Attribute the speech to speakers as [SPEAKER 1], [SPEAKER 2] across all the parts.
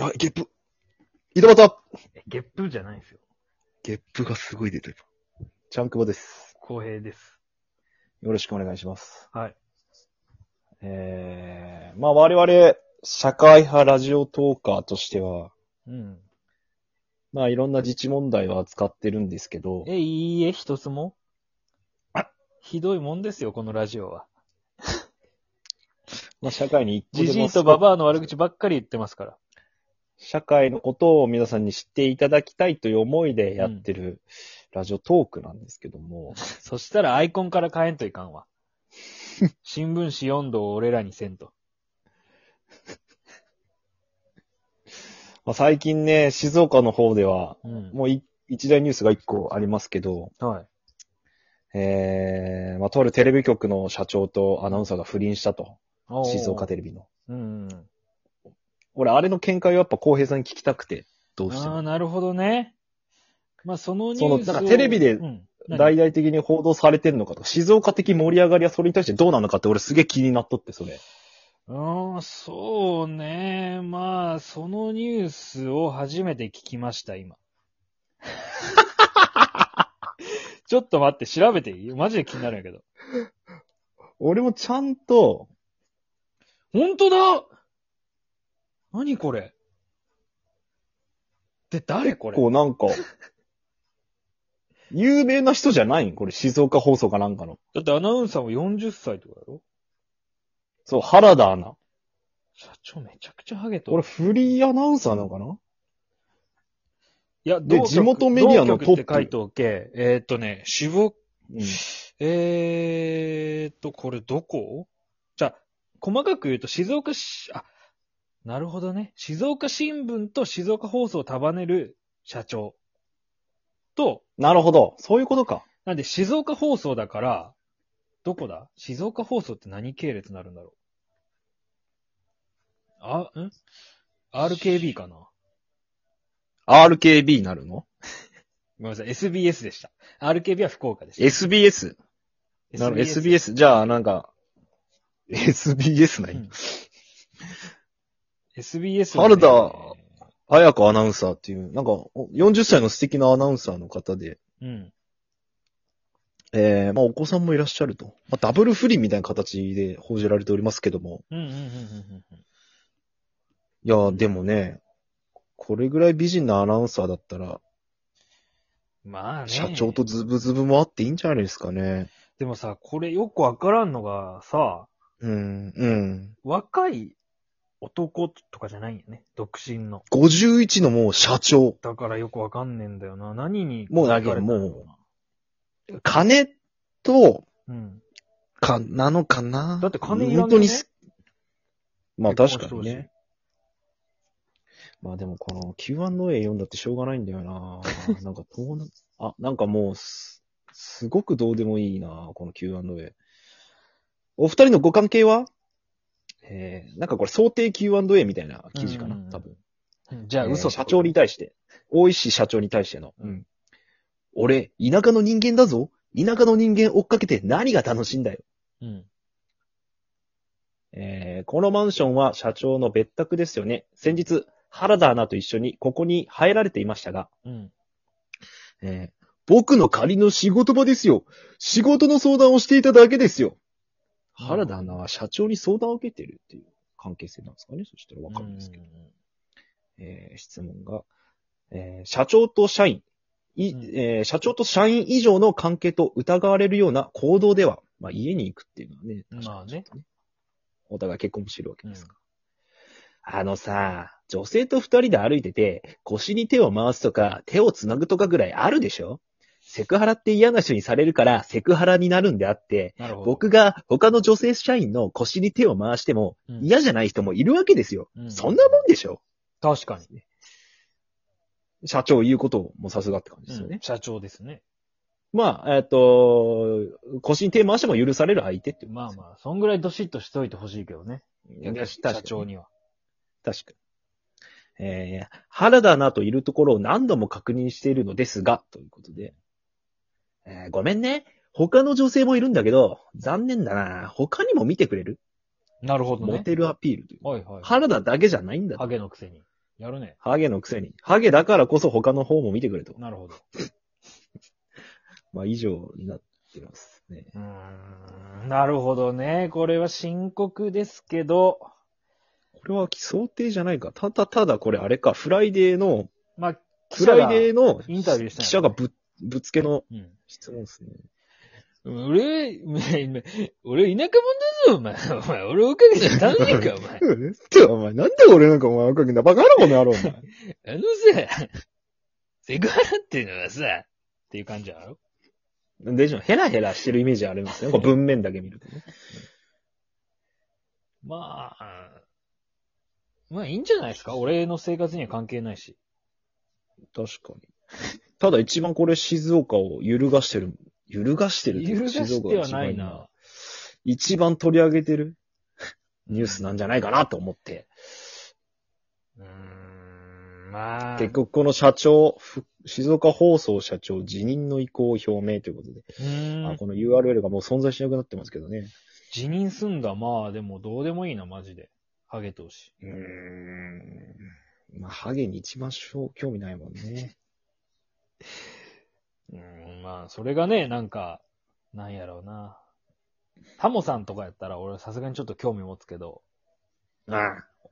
[SPEAKER 1] あ、ゲップ。井戸端
[SPEAKER 2] ゲップじゃないんですよ。
[SPEAKER 1] ゲップがすごい出てる。ちゃんくぼです。
[SPEAKER 2] 公平です。
[SPEAKER 1] よろしくお願いします。
[SPEAKER 2] はい。
[SPEAKER 1] えー、まあ我々、社会派ラジオトーカーとしては、
[SPEAKER 2] うん。
[SPEAKER 1] まあいろんな自治問題を扱ってるんですけど、
[SPEAKER 2] え、いいえ、一つも
[SPEAKER 1] あ
[SPEAKER 2] ひどいもんですよ、このラジオは。
[SPEAKER 1] まあ社会に一個で
[SPEAKER 2] じ
[SPEAKER 1] も
[SPEAKER 2] じいとババアの悪口ばっかり言ってます から。
[SPEAKER 1] 社会のことを皆さんに知っていただきたいという思いでやってるラジオトークなんですけども、
[SPEAKER 2] そしたらアイコンから変えんといかん わ。新聞紙4度を俺らにせんと。
[SPEAKER 1] まあ最近ね、静岡の方では、
[SPEAKER 2] うん。
[SPEAKER 1] もうい一大ニュースが一個ありますけど、
[SPEAKER 2] はい。
[SPEAKER 1] えー、まあ、とあるテレビ局の社長とアナウンサーが不倫したと。
[SPEAKER 2] おー
[SPEAKER 1] 静岡。テレビの。
[SPEAKER 2] うん。
[SPEAKER 1] 俺、あれの見解をやっぱ浩平さんに聞きたくて、どうして
[SPEAKER 2] ああ、
[SPEAKER 1] も。
[SPEAKER 2] なるほどね。まあ、そのニュースを
[SPEAKER 1] そのだからテレビで
[SPEAKER 2] うん、
[SPEAKER 1] 大々的に報道されてるのかと。静岡的盛り上がりはそれに対してどうなのかって俺すげえ気になっとって、それ。
[SPEAKER 2] うーん、そうね。まあ、そのニュースを初めて聞きました、 今。ちょっと待って、調べていいマジで気になるんやけど。
[SPEAKER 1] 俺もちゃんと、
[SPEAKER 2] ほんとだ何これで、誰これ
[SPEAKER 1] こうなん か、有名な人じゃないんこれ、静岡放送かなんかの。
[SPEAKER 2] だってアナウンサーも40歳とかやろ
[SPEAKER 1] そう、原田アナ。
[SPEAKER 2] 社長めちゃくちゃハゲとる。
[SPEAKER 1] 俺、フリーアナウンサーなのかない
[SPEAKER 2] や、
[SPEAKER 1] で
[SPEAKER 2] 同局
[SPEAKER 1] 地元メディアのトップ
[SPEAKER 2] 同局って書いておけ。えーっとね、渋
[SPEAKER 1] うん。
[SPEAKER 2] えーっと、これどこじゃあ、細かく言うと静岡市、あ、なるほどね。静岡新聞と静岡放送を束ねる社長。と、
[SPEAKER 1] なるほど。そういうことか。
[SPEAKER 2] なんで静岡放送だから、どこだ静岡放送って何系列になるんだろうあ、ん ?RKB かな
[SPEAKER 1] RKB になるの
[SPEAKER 2] ごめんなさい、SBS でした。RKB は福岡でした。
[SPEAKER 1] ?SBS? なるほど SBS。じゃあ、なんか、SBS な
[SPEAKER 2] う
[SPEAKER 1] い
[SPEAKER 2] ん SBS はね
[SPEAKER 1] 原田綾子アナウンサーっていう、なんか、お40歳の素敵なアナウンサーの方で、
[SPEAKER 2] うん。
[SPEAKER 1] えー、まあお子さんもいらっしゃると。まあダブル不倫みたいな形で報じられておりますけども。
[SPEAKER 2] うんうんうんうんうんうん。
[SPEAKER 1] いやー、でもね、これぐらい美人なアナウンサーだったら、
[SPEAKER 2] まあね。
[SPEAKER 1] 社長と。ズブズブもあっていいんじゃないですかね。
[SPEAKER 2] でもさ、これよくわからんのがさ、
[SPEAKER 1] うん、うん。
[SPEAKER 2] 若い男とかじゃないんよね。独身の。
[SPEAKER 1] 51のもう社長。
[SPEAKER 2] だからよくわかんねえんだよな。何に。
[SPEAKER 1] もうだけども金と、
[SPEAKER 2] う。うん。
[SPEAKER 1] か、なのかな
[SPEAKER 2] だって金いらんよね
[SPEAKER 1] 本当にす、まあ確
[SPEAKER 2] 結婚してほしい
[SPEAKER 1] かにね。まあでもこの Q&A 読んだってしょうがないんだよな なんかどうな、あ、なんかもうす、すごくどうでもいいなこの Q&A。お二人のご関係はえー、なんかこれ想定 Q&A みたいな記事かな
[SPEAKER 2] うんうんうん
[SPEAKER 1] 多分。
[SPEAKER 2] じゃあ
[SPEAKER 1] えー
[SPEAKER 2] 嘘、
[SPEAKER 1] 社長に。対して。大石社長に対しての。
[SPEAKER 2] うん
[SPEAKER 1] 俺、田舎の人間だぞ田舎の人間追っかけて何が楽しいんだよ
[SPEAKER 2] うん。
[SPEAKER 1] えーこのマンションは社長の別宅ですよね。先日、原田アナと一緒にここに入られていましたが、
[SPEAKER 2] うん。
[SPEAKER 1] えー僕の仮の仕事場ですよ。仕事の相談をしていただけですよ。
[SPEAKER 2] うん
[SPEAKER 1] 原田アナは社長に相談を受けてるっていう関係性なんですかね。そしたらわかるんですけど。えー質問が、えー社長と社員、い
[SPEAKER 2] うん
[SPEAKER 1] えー社長と社員以上の関係と疑われるような行動では、まあ、家に行くっていうのはね、確
[SPEAKER 2] まあ
[SPEAKER 1] かに
[SPEAKER 2] ね
[SPEAKER 1] ちょっと。お互い結婚もしてるわけ
[SPEAKER 2] うん。
[SPEAKER 1] ですからあのさ、女性と二人で歩いてて、腰に手を回すとか、手を繋ぐとかぐらいあるでしょセクハラって嫌な人にされるから、セクハラになるんであって、
[SPEAKER 2] なるほど。
[SPEAKER 1] 僕が他の女性社員の腰に手を回しても、
[SPEAKER 2] うん、
[SPEAKER 1] 嫌じゃない人もいるわけですよ。
[SPEAKER 2] う
[SPEAKER 1] そんなもんでしょ
[SPEAKER 2] 確かに。
[SPEAKER 1] 社長言うことをもうさすがって感じですよ
[SPEAKER 2] うん
[SPEAKER 1] ね。
[SPEAKER 2] 社長ですね。
[SPEAKER 1] まあ、えっ、と、腰に手回しても許される相手って
[SPEAKER 2] まあまあ、そんぐらいどしっとしておいてほしいけどね。
[SPEAKER 1] いや確かに
[SPEAKER 2] 社長には。
[SPEAKER 1] 確かに。えー、原田アナといるところを何度も確認しているのですが、ということで。えーごめんね。他の女性もいるんだけど、残念だな。他にも見てくれる、
[SPEAKER 2] なるほどね。
[SPEAKER 1] モテるアピールという。
[SPEAKER 2] はいはい。
[SPEAKER 1] 原田だけじゃないんだと。
[SPEAKER 2] ハゲのくせに。やるね。
[SPEAKER 1] ハゲのくせに。ハゲだからこそ他の方も見てくれと。
[SPEAKER 2] なるほど。
[SPEAKER 1] まあ、以上になってますね。
[SPEAKER 2] うーん。なるほどね。これは深刻ですけど、
[SPEAKER 1] これは想定じゃないか。ただただこれあれか、フライデーの、
[SPEAKER 2] まあ、記
[SPEAKER 1] フ
[SPEAKER 2] 者
[SPEAKER 1] ライ
[SPEAKER 2] が
[SPEAKER 1] デーの
[SPEAKER 2] インタビューしたん
[SPEAKER 1] 記
[SPEAKER 2] や
[SPEAKER 1] 者がぶ、ぶつけの
[SPEAKER 2] うん。
[SPEAKER 1] 質問ですね。
[SPEAKER 2] 俺、お前俺田舎者だぞ、お前。お前、俺追いかけてダメか、お前。
[SPEAKER 1] って、お前、なんで俺なんかお前追いかけんだバカなこの野郎、お前。
[SPEAKER 2] あのさ、セクハラっていうのはさ、っていう感じだろ
[SPEAKER 1] でしょ、ヘラヘラしてるイメージありますね。こう文面だけ見るとね。
[SPEAKER 2] まあ、まあいいんじゃないですか俺の生活には関係ないし。
[SPEAKER 1] 確かに。ただ一番これ静岡を揺るがしてる。揺るがしてるってい
[SPEAKER 2] 揺
[SPEAKER 1] う
[SPEAKER 2] る
[SPEAKER 1] か
[SPEAKER 2] がし
[SPEAKER 1] 静
[SPEAKER 2] て
[SPEAKER 1] 岡が
[SPEAKER 2] は
[SPEAKER 1] 一
[SPEAKER 2] な
[SPEAKER 1] 番
[SPEAKER 2] い
[SPEAKER 1] 今
[SPEAKER 2] な。
[SPEAKER 1] 一番取り上げてるニュースなんじゃないかなと思って。
[SPEAKER 2] うーん、まあ。
[SPEAKER 1] 結局この社長、ふ静岡放送社長辞任の意向を表明ということで、
[SPEAKER 2] うー
[SPEAKER 1] あ
[SPEAKER 2] ん。
[SPEAKER 1] この URL がもう存在しなくなってますけどね。
[SPEAKER 2] 辞任すんだ、まあでもどうでもいいな、マジで。ハゲ投資。
[SPEAKER 1] うーん。まあ、ハゲに一番しょ興味ないもんね。
[SPEAKER 2] うーん、まあ、それがね、なんか、なんやろうな。タモさんとかやったら俺はさすがにちょっと興味持つけど。
[SPEAKER 1] あ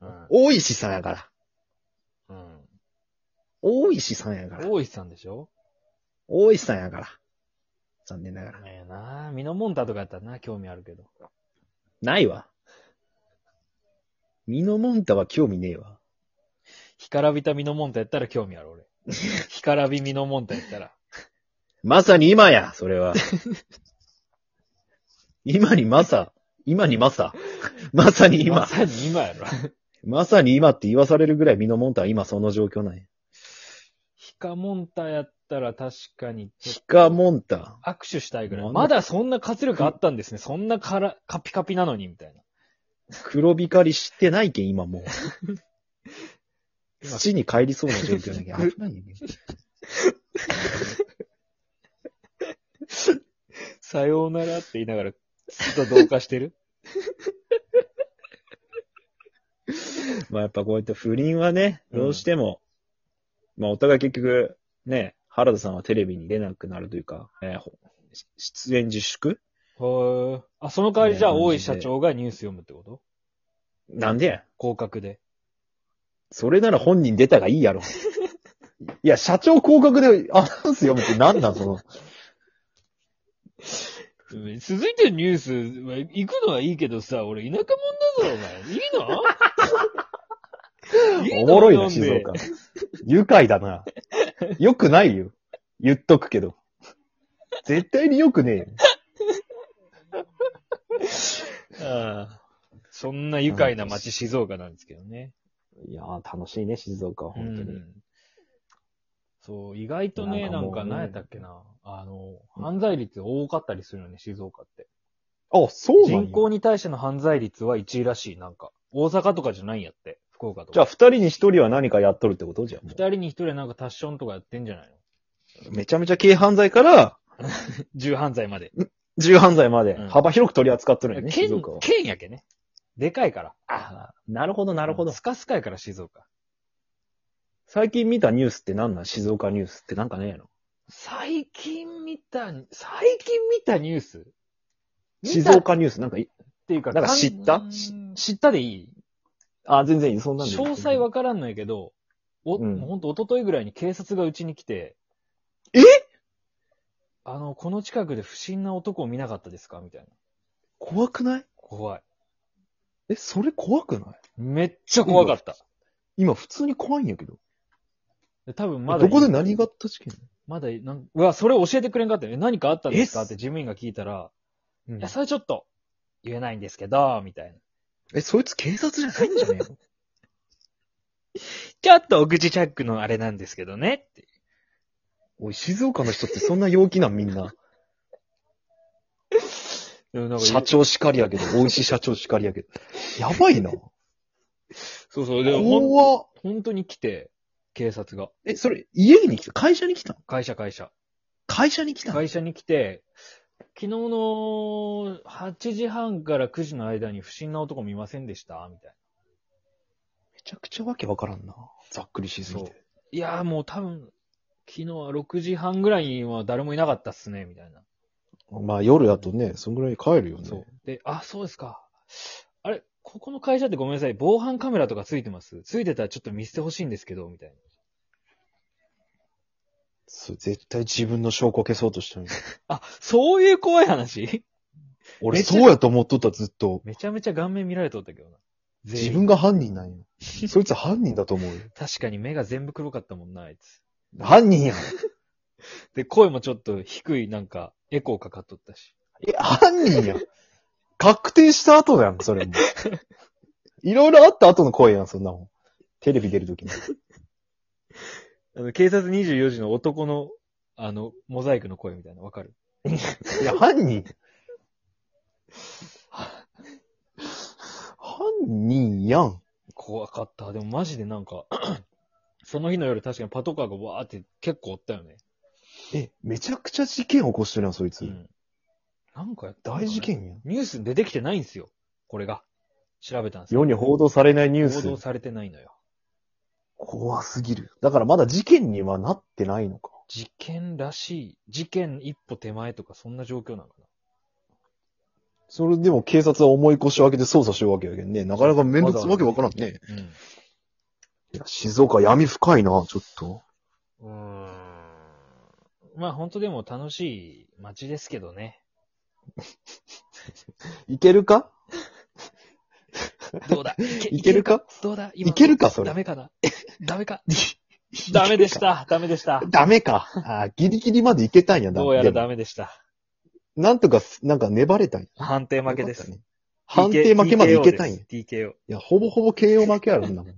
[SPEAKER 1] あ。
[SPEAKER 2] うん。
[SPEAKER 1] 大石さんやから。
[SPEAKER 2] うん。
[SPEAKER 1] 大石さんやから。
[SPEAKER 2] 大石さんでしょ
[SPEAKER 1] 大石さんやから。残念ながら。
[SPEAKER 2] ねえなミノモンタとかやったらな、興味あるけど。
[SPEAKER 1] ないわ。ミノモンタは興味ねえわ。
[SPEAKER 2] 干からびたミノモンタやったら興味ある、 俺。干からびミノモンタやったら。
[SPEAKER 1] まさに今や、それ は。今にまさ、今にまさ、まさに今、
[SPEAKER 2] まさに今やろ。
[SPEAKER 1] まさに今って言わされるぐらいミノモンタは今その状況なんや。
[SPEAKER 2] ヒカモンタやったら確かに、
[SPEAKER 1] ヒカモンタ。
[SPEAKER 2] 握手したいぐら。
[SPEAKER 1] ないんだ
[SPEAKER 2] まだそんな活力あったんですね。そんなから、カピカピなのに、みたいな。
[SPEAKER 1] 黒光りしてないけん、今もう。 土に帰りそうな状況だけど。危ないよね
[SPEAKER 2] さようならって言いながら、ずっと同化してる
[SPEAKER 1] まあやっぱこういった不倫はね、どうしても、まあお互い結局、ね、原田さんはテレビに出なくなるというか、えーほし出演自粛
[SPEAKER 2] ほー。あ、その代わりじゃあ、
[SPEAKER 1] ねマジで
[SPEAKER 2] 大井社長がニュース読むってこと
[SPEAKER 1] なんでや
[SPEAKER 2] 広角で。
[SPEAKER 1] それなら本人出たがいい やろ。いや、社長降格でアナウンス読むってなんなんその。
[SPEAKER 2] 続いてのニュース、行くのはいいけどさ、俺田舎者だぞ、お前。い いの
[SPEAKER 1] おもろいな、
[SPEAKER 2] 飲んで
[SPEAKER 1] 静岡。愉快だな。よくないよ。言っとくけど。絶対によくねえよ。
[SPEAKER 2] ああそんな愉快な街、静岡なんですけどね。
[SPEAKER 1] いやー、楽しいね、静岡は、本当
[SPEAKER 2] う
[SPEAKER 1] に。
[SPEAKER 2] んそう、意外とね、
[SPEAKER 1] な
[SPEAKER 2] な
[SPEAKER 1] んん
[SPEAKER 2] か
[SPEAKER 1] かもう
[SPEAKER 2] 何やったっけな。あの、犯罪率多かったりするよね、静岡って。
[SPEAKER 1] あ、そうなんや
[SPEAKER 2] 人口に対しての犯罪率は1位らしい、なんか。大阪とかじゃないんやって、福岡と
[SPEAKER 1] じゃ
[SPEAKER 2] か。
[SPEAKER 1] あ、二人に一人は何かやっとるってことじゃあもう
[SPEAKER 2] 二人に一人はなんかタッションとかやってんじゃないの
[SPEAKER 1] めちゃめちゃ軽犯罪から、
[SPEAKER 2] 重犯罪まで。
[SPEAKER 1] 重犯罪まで
[SPEAKER 2] うん
[SPEAKER 1] 幅広く取り扱ってるんやね、静
[SPEAKER 2] 県
[SPEAKER 1] 岡は、。
[SPEAKER 2] 県やけね。でかいから。
[SPEAKER 1] あなるほど、な
[SPEAKER 2] なスカスカやから、静岡。
[SPEAKER 1] 最近見たニュースって何なん静岡ニュースってなんかねえの
[SPEAKER 2] 最近見た、最近見たニュース
[SPEAKER 1] 静
[SPEAKER 2] 見たっ
[SPEAKER 1] 岡ニュースなんかい、
[SPEAKER 2] ていうか、
[SPEAKER 1] なんか知った
[SPEAKER 2] 完
[SPEAKER 1] し
[SPEAKER 2] 知ったでいい
[SPEAKER 1] あ、全然いい、そんなんでいい。
[SPEAKER 2] 詳細わからんのやけど、お、
[SPEAKER 1] うん
[SPEAKER 2] もうほんと一昨日ぐらいに警察がうちに来て、
[SPEAKER 1] え
[SPEAKER 2] あの、この近くで不審な男を見なかったですかみたいな。
[SPEAKER 1] 怖くない
[SPEAKER 2] 怖い。
[SPEAKER 1] え、それ怖くない
[SPEAKER 2] めっちゃ怖かった。
[SPEAKER 1] 今普通に怖いんやけど。
[SPEAKER 2] で多分ま
[SPEAKER 1] ま、
[SPEAKER 2] だ。
[SPEAKER 1] どこで何があった事件、
[SPEAKER 2] まだ、なんうわ、それ教えてくれんかったよ。え何かあったんですか
[SPEAKER 1] え
[SPEAKER 2] って事務員が聞いたら、
[SPEAKER 1] う
[SPEAKER 2] い
[SPEAKER 1] ん
[SPEAKER 2] や、それちょっと、言えないんですけど、みたいな。
[SPEAKER 1] え、そいつ警察じゃないんじゃねえの
[SPEAKER 2] ちょっとお口チャックのあれなんですけどね、って。
[SPEAKER 1] おい、静岡の人ってそんな陽気なんみんな。
[SPEAKER 2] でもなんか
[SPEAKER 1] 社長しかりやけど、大石社長しかりやけど。 やばいな。
[SPEAKER 2] そうそう、でもほん
[SPEAKER 1] 怖っ。
[SPEAKER 2] 本当に来て、警察が。
[SPEAKER 1] え、それ、家に来た会社に来たの
[SPEAKER 2] 会社会社。
[SPEAKER 1] 会社に来たの
[SPEAKER 2] 会社に来て、昨日の8時半から9時の間に不審な男見ませんでしたみたい
[SPEAKER 1] めちゃくちちゃわけわからんな。ざっくりしすぎ
[SPEAKER 2] そ
[SPEAKER 1] て。
[SPEAKER 2] いやーもう多分、昨日は6時半ぐらいには誰もいなかったっすね、みたいな。
[SPEAKER 1] まあ夜だとね、そんぐらい帰るよね。
[SPEAKER 2] そう。で、あ、そうですか。あれ、ここの会社ってごめんなさい、防犯カメラとかついてますついてたらちょっと見せてほしいんですけど、みたいな。
[SPEAKER 1] そう絶対自分の証拠消そうとしたのに。
[SPEAKER 2] あ、そういう怖い話
[SPEAKER 1] 俺
[SPEAKER 2] めっちゃ
[SPEAKER 1] そうやと思っとった、ずっと。
[SPEAKER 2] めちゃめちゃ顔面見られとったけどな。全員
[SPEAKER 1] 自分が犯人 なんよ。そいつ犯人だと思うよ。
[SPEAKER 2] 確かに目が全部黒かったもんな、あいつ。
[SPEAKER 1] 犯 人やん。
[SPEAKER 2] で、声もちょっと低い、なんか、エコーかかっとったし。
[SPEAKER 1] え、犯人やん。確定した後やん、それ も。いろいろあった後の声やん、そんなもん。テレビ出るときに。
[SPEAKER 2] あの、警察24時の男の、あの、モザイクの声みたいな、わかる
[SPEAKER 1] いや、犯人。犯人やん。
[SPEAKER 2] 怖かった。でもマジでなんか、 その日の夜確かにパトカーがわーって結構おったよね。
[SPEAKER 1] え、めちゃくちゃ事件起こしてるやん、そいつ。
[SPEAKER 2] ん。なんかやったのかね
[SPEAKER 1] 大事件やん。
[SPEAKER 2] ニュースに出てきてないんですよ。これが。調べたんですよ。
[SPEAKER 1] 世に報道されないニュ
[SPEAKER 2] 報
[SPEAKER 1] ー
[SPEAKER 2] 道
[SPEAKER 1] ス。
[SPEAKER 2] されてないのよ。
[SPEAKER 1] 怖すぎる。だからまだ事件にはなってないのか。
[SPEAKER 2] 事件らしい。事件一歩手前とか、そんな状況なのかな。
[SPEAKER 1] それでも警察は思い越しを上げて捜査しようわけやけんね。なかなか面倒つわけわからんね。
[SPEAKER 2] うん。
[SPEAKER 1] いや、静岡闇深いな、ちょっと。
[SPEAKER 2] うーんまあ本当でも楽しい街ですけ どね。
[SPEAKER 1] いけるか
[SPEAKER 2] どうだい
[SPEAKER 1] いけるか
[SPEAKER 2] どうだ今
[SPEAKER 1] いけるかそれ
[SPEAKER 2] ダ。メか なダメかダメでし。たダメでした
[SPEAKER 1] ダメか。あーギリギリまでいけたんやな。
[SPEAKER 2] どうやら
[SPEAKER 1] でも
[SPEAKER 2] ダメでした。
[SPEAKER 1] なんとかす、なんか粘れたんや。
[SPEAKER 2] 判定負けです。
[SPEAKER 1] よかったね。判定負けまでいけたんや。い
[SPEAKER 2] TKO です。TKO。
[SPEAKER 1] や、ほぼほぼ KO 負けやろ、そんなもん。